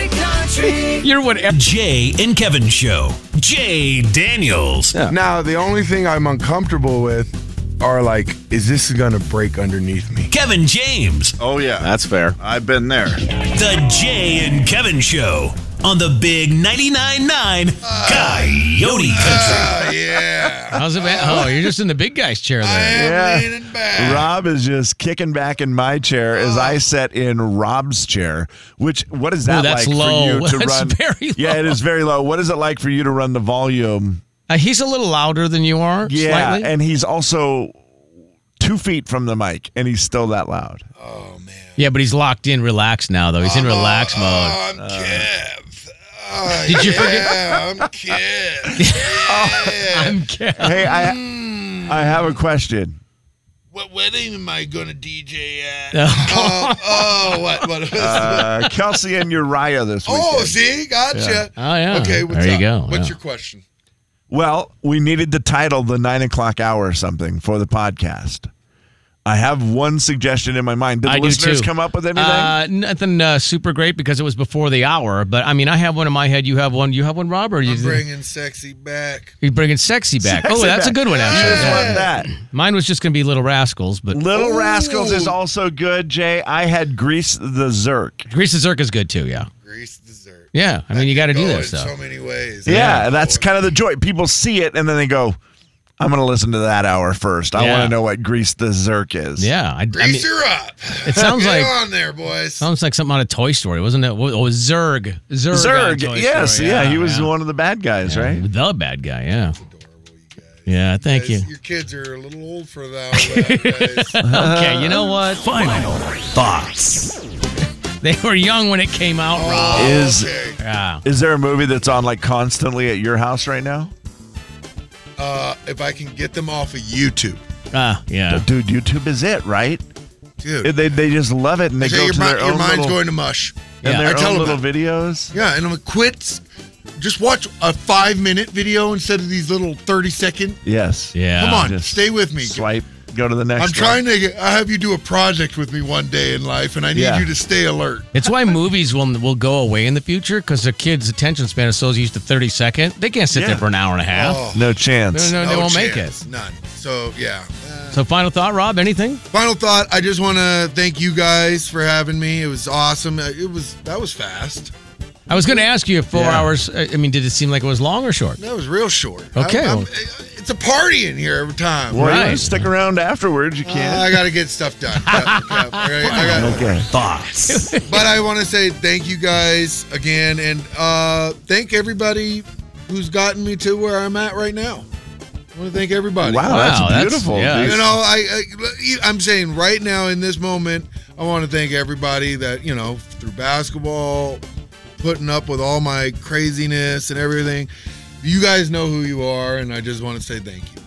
Speaker 4: this.
Speaker 6: Coyote Country.
Speaker 2: You're whatever.
Speaker 1: Jay and Kevin Show. Jay Daniels.
Speaker 7: Now, the only thing I'm uncomfortable with are like, is this gonna break underneath me?
Speaker 1: Kevin James.
Speaker 5: oh yeah that's fair i've been there
Speaker 1: The Jay and Kevin Show on the Big 99.9 9
Speaker 5: Uh,
Speaker 1: Coyote Country.
Speaker 4: Oh yeah.
Speaker 2: How's it? Been? Oh, you're just in the big guy's chair there.
Speaker 5: Yeah.
Speaker 4: I'm leaning back.
Speaker 5: Rob is just kicking back in my chair as
Speaker 2: Oh.
Speaker 5: I sat in Rob's chair. Which what is that
Speaker 2: that's
Speaker 5: like
Speaker 2: low.
Speaker 5: for you to
Speaker 2: That's
Speaker 5: run?
Speaker 2: very
Speaker 5: Yeah, it
Speaker 2: low.
Speaker 5: is very low. What is it like for you to run the volume?
Speaker 2: Uh, he's a little louder than you are.
Speaker 5: Yeah,
Speaker 2: slightly.
Speaker 5: and he's also two feet from the mic, and he's still that loud.
Speaker 4: Uh-huh.
Speaker 5: Uh.
Speaker 2: yeah, but he's locked in, relaxed now though. He's in relaxed mode.
Speaker 4: I'm Kev. Oh,
Speaker 2: Did you
Speaker 4: yeah, I'm kid.
Speaker 2: I'm kidding.
Speaker 5: Hey, I I have a question.
Speaker 4: What wedding am I gonna DJ at?
Speaker 5: No.
Speaker 4: oh, oh, what? what
Speaker 5: Uh, Kelsey and Uriah this weekend.
Speaker 4: oh, see, gotcha.
Speaker 5: Yeah. Oh, yeah.
Speaker 4: Okay, what's
Speaker 5: There you
Speaker 4: up?
Speaker 5: go,
Speaker 4: What's
Speaker 5: yeah.
Speaker 4: your question?
Speaker 5: Well, we needed to title the nine o'clock hour or something for the podcast. I have one suggestion in my mind. Did the
Speaker 2: I do
Speaker 5: listeners
Speaker 2: too.
Speaker 5: come up with anything?
Speaker 2: Uh, nothing uh, super great because it was before the hour. But I mean, I have one in my head. You have one. You have one, Rob, or you
Speaker 4: I'm bringing sexy back.
Speaker 2: You're bringing sexy back. oh,
Speaker 4: Sexy
Speaker 2: that's a
Speaker 4: back.
Speaker 2: good one.
Speaker 4: You
Speaker 2: Actually,
Speaker 4: just want
Speaker 5: that.
Speaker 2: Mine was just going to be Little Rascals, but
Speaker 5: Little Rascals is also good, Jay. I had Grease the Zerk.
Speaker 2: Grease the Zerk is good too. Yeah.
Speaker 4: Grease the Zerk.
Speaker 2: Yeah, I mean, you got to do that stuff.
Speaker 4: So many ways.
Speaker 5: Yeah, that's kind of the joy. People see it and then they go, I'm going to listen to that hour first. I
Speaker 2: Yeah.
Speaker 5: want to know what Grease the Zerk is.
Speaker 2: Yeah, I, I mean,
Speaker 4: Grease her up.
Speaker 2: it sounds
Speaker 4: Get
Speaker 2: like-
Speaker 4: on there, boys.
Speaker 2: sounds like something out of Toy Story, wasn't it? Oh, it was Zerg. Zerg. on
Speaker 5: Zerg.
Speaker 2: Toy
Speaker 5: yes.
Speaker 2: Story.
Speaker 5: Yeah, He was one of the bad guys,
Speaker 2: Yeah,
Speaker 5: right?
Speaker 2: The bad guy. Yeah. Yeah. Thank you.
Speaker 4: Your kids are a little old for that.
Speaker 2: okay. You know what?
Speaker 3: Final
Speaker 5: thoughts.
Speaker 2: They were young when it came out,
Speaker 4: Oh.
Speaker 2: Rob.
Speaker 5: Is
Speaker 2: Yeah.
Speaker 5: is there a movie that's on like constantly at your house right now?
Speaker 4: uh, if I can get them off of YouTube,
Speaker 2: Ah, yeah.
Speaker 5: Dude, YouTube is it, right?
Speaker 4: dude.
Speaker 5: They, they just love it and they
Speaker 4: Jay,
Speaker 5: go
Speaker 4: your,
Speaker 5: to
Speaker 4: mi-
Speaker 5: their
Speaker 4: your
Speaker 5: own
Speaker 4: mind's
Speaker 5: little,
Speaker 4: going to mush.
Speaker 5: and
Speaker 4: I
Speaker 5: their
Speaker 4: tell
Speaker 5: own
Speaker 4: them
Speaker 5: little
Speaker 4: that.
Speaker 5: videos.
Speaker 4: Yeah, and I'm like, quit. Just watch a five minute video instead of these little 30 second.
Speaker 5: Yes.
Speaker 2: Yeah.
Speaker 4: Come on, stay with me.
Speaker 5: Swipe. Go to the next.
Speaker 4: I'm
Speaker 5: one.
Speaker 4: trying to get, I have you do a project with me one day in life, and I need
Speaker 2: Yeah.
Speaker 4: you to stay alert.
Speaker 2: It's why movies will will go away in the future because the kids' attention span is so used to thirty second. They can't sit
Speaker 4: Yeah.
Speaker 2: there for an hour and a half.
Speaker 4: Oh.
Speaker 5: No chance.
Speaker 2: No, no, they
Speaker 4: No
Speaker 2: won't make
Speaker 4: chance,
Speaker 2: it.
Speaker 4: None. So, yeah.
Speaker 2: So, final thought, Rob. Anything?
Speaker 4: Final thought. I just want to thank you guys for having me. It was awesome. Uh, It was that was fast.
Speaker 2: I was going to ask you if four
Speaker 4: Yeah.
Speaker 2: hours. uh, I I mean, did it seem like it was long or short?
Speaker 4: That was real short.
Speaker 2: Okay.
Speaker 4: I'm- I'm-
Speaker 2: well,
Speaker 4: it's a party in here every time.
Speaker 5: Well, you
Speaker 2: Right.
Speaker 5: stick around afterwards. You
Speaker 4: Uh,
Speaker 5: can't.
Speaker 4: I got to get stuff done. Yeah, yeah, I got-
Speaker 5: okay. Thoughts.
Speaker 4: but I want to say thank you guys again, and uh, thank everybody who's gotten me to where I'm at right now. I want to thank everybody.
Speaker 5: Wow,
Speaker 2: Wow,
Speaker 5: that's
Speaker 2: that's-
Speaker 5: beautiful.
Speaker 2: yeah.
Speaker 5: dude.
Speaker 4: You know, I, I I'm saying right now in this moment, I want to thank everybody that you know through basketball, putting up with all my craziness and everything. You guys know who you are, and I just want to say thank you.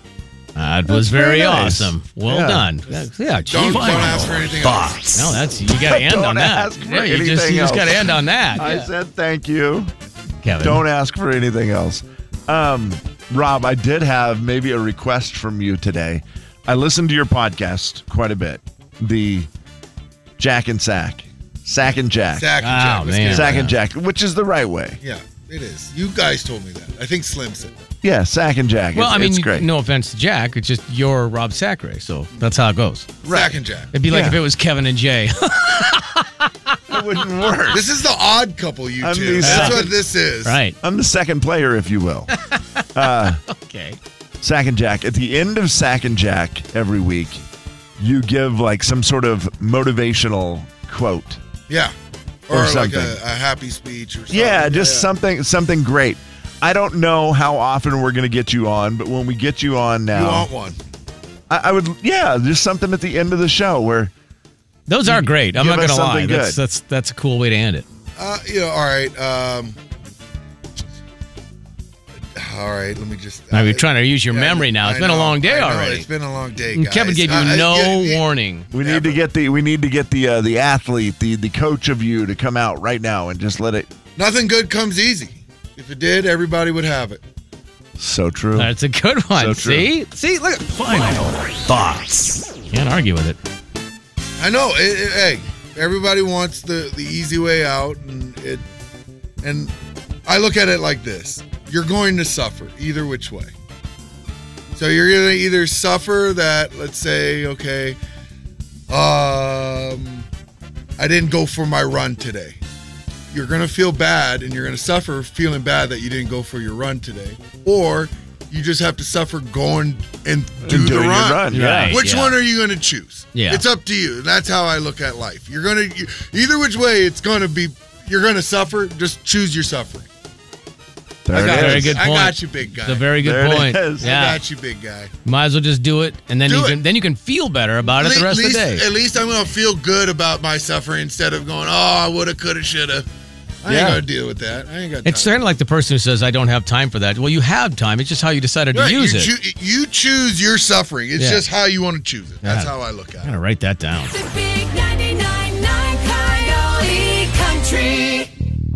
Speaker 2: That
Speaker 5: That's
Speaker 2: was very,
Speaker 5: very nice.
Speaker 2: awesome. Well
Speaker 5: Yeah.
Speaker 2: done. Yeah, gee.
Speaker 4: Don't, don't ask for anything else.
Speaker 2: No, that's you got to end
Speaker 5: Don't
Speaker 2: on that.
Speaker 5: ask for
Speaker 2: Yeah, you just
Speaker 5: anything
Speaker 2: you just got to
Speaker 5: else.
Speaker 2: end on that.
Speaker 5: I
Speaker 2: Yeah.
Speaker 5: said thank you.
Speaker 2: Kevin.
Speaker 5: Don't ask for anything else. Um, Rob, I did have maybe a request from you today. I listened to your podcast quite a bit. The Jack and Sack, Sack and Jack,
Speaker 4: Zach and Jack,
Speaker 2: Oh,
Speaker 4: let's
Speaker 2: man.
Speaker 4: get it.
Speaker 5: Sack and Jack, which is the right way.
Speaker 4: Yeah, it is. You guys told me that. I think Slim said that.
Speaker 5: Yeah, Sack and Jack.
Speaker 2: Well,
Speaker 5: It's-
Speaker 2: I mean,
Speaker 5: it's
Speaker 2: you-
Speaker 5: great.
Speaker 2: no offense to Jack, it's just you're Rob Sacre, so that's how it goes.
Speaker 4: Zach and Jack.
Speaker 2: It'd be like
Speaker 5: Yeah.
Speaker 2: if it was Kevin and Jay.
Speaker 5: it wouldn't work.
Speaker 4: This is the odd couple, you
Speaker 5: I'm
Speaker 4: two.
Speaker 5: the
Speaker 4: That's
Speaker 5: second-
Speaker 4: what this is.
Speaker 2: right.
Speaker 5: I'm the second player, if you will.
Speaker 2: Okay.
Speaker 5: Sack and Jack. At the end of Sack and Jack every week, you give like some sort of motivational quote.
Speaker 4: Yeah.
Speaker 5: Or
Speaker 4: Or, like
Speaker 5: something.
Speaker 4: a, a happy speech or something.
Speaker 5: Yeah, just something something great. I don't know how often we're going to get you on, but when we get you on
Speaker 4: You
Speaker 5: now,
Speaker 4: want one.
Speaker 5: I, I would yeah, just something at the end of the show where
Speaker 2: Those are great. I'm
Speaker 5: Give
Speaker 2: not
Speaker 5: us
Speaker 2: gonna lie.
Speaker 5: something
Speaker 2: That's,
Speaker 5: good.
Speaker 2: that's that's a cool way to end it.
Speaker 4: Uh, you know, all right. Um, all right, let me just. uh,
Speaker 2: Now you're trying to use your
Speaker 4: Yeah,
Speaker 2: memory now. It's
Speaker 4: I
Speaker 2: been a
Speaker 4: know,
Speaker 2: long day
Speaker 4: I know,
Speaker 2: already.
Speaker 4: It's been a long day,
Speaker 2: And
Speaker 4: guys.
Speaker 2: Kevin gave you
Speaker 4: I- I-
Speaker 2: no
Speaker 4: yeah, yeah.
Speaker 2: warning.
Speaker 5: we need to get the we need to get the uh, the athlete, the the coach of you to come out right now and just let it
Speaker 4: Nothing good comes easy. If it did, everybody would have it.
Speaker 5: so true.
Speaker 2: That's a good one.
Speaker 5: So true.
Speaker 2: See? See? Look.
Speaker 3: final thoughts.
Speaker 2: Can't argue with it.
Speaker 4: I know. It, it- hey, everybody wants the the easy way out, and it. And I look at it like this: you're going to suffer either which way. So you're gonna either suffer that, let's say, okay, um, I didn't go for my run today. You're gonna feel bad, and you're gonna suffer feeling bad that you didn't go for your run today, or you just have to suffer going and do the
Speaker 5: And doing your
Speaker 4: run.
Speaker 5: run, yeah.
Speaker 2: Right.
Speaker 4: Which
Speaker 2: yeah.
Speaker 4: one are you going to choose?
Speaker 2: Yeah.
Speaker 4: it's up to you. That's how I look at life. You're gonna you, either which way, it's gonna be you're gonna suffer. Just choose your suffering.
Speaker 5: There
Speaker 4: I got
Speaker 5: it
Speaker 2: Very
Speaker 4: you.
Speaker 5: is.
Speaker 2: good
Speaker 4: I
Speaker 2: point.
Speaker 4: got you, big guy.
Speaker 2: It's a very good
Speaker 5: There it
Speaker 2: point.
Speaker 5: is.
Speaker 4: I
Speaker 2: Yeah.
Speaker 4: got you, big guy.
Speaker 2: Might as well just do it and then
Speaker 4: Do
Speaker 2: you
Speaker 4: it.
Speaker 2: can then you can feel better about it the
Speaker 4: Le-
Speaker 2: rest of
Speaker 4: least,
Speaker 2: the day.
Speaker 4: At least I'm gonna feel good about my suffering instead of going, oh, I woulda, coulda, shoulda. I ain't gonna deal with that. I ain't got.
Speaker 2: It's kind of like the person who says, I don't have time for that. Well, you have time. It's just how you decided
Speaker 4: Right,
Speaker 2: to use
Speaker 4: you,
Speaker 2: it.
Speaker 4: choo- you choose your suffering. It's
Speaker 2: Yeah.
Speaker 4: just how you want to choose it. That's
Speaker 2: Yeah.
Speaker 4: how I look at it.
Speaker 2: I'm going to write that down.
Speaker 6: Big 99.9 Coyote Country.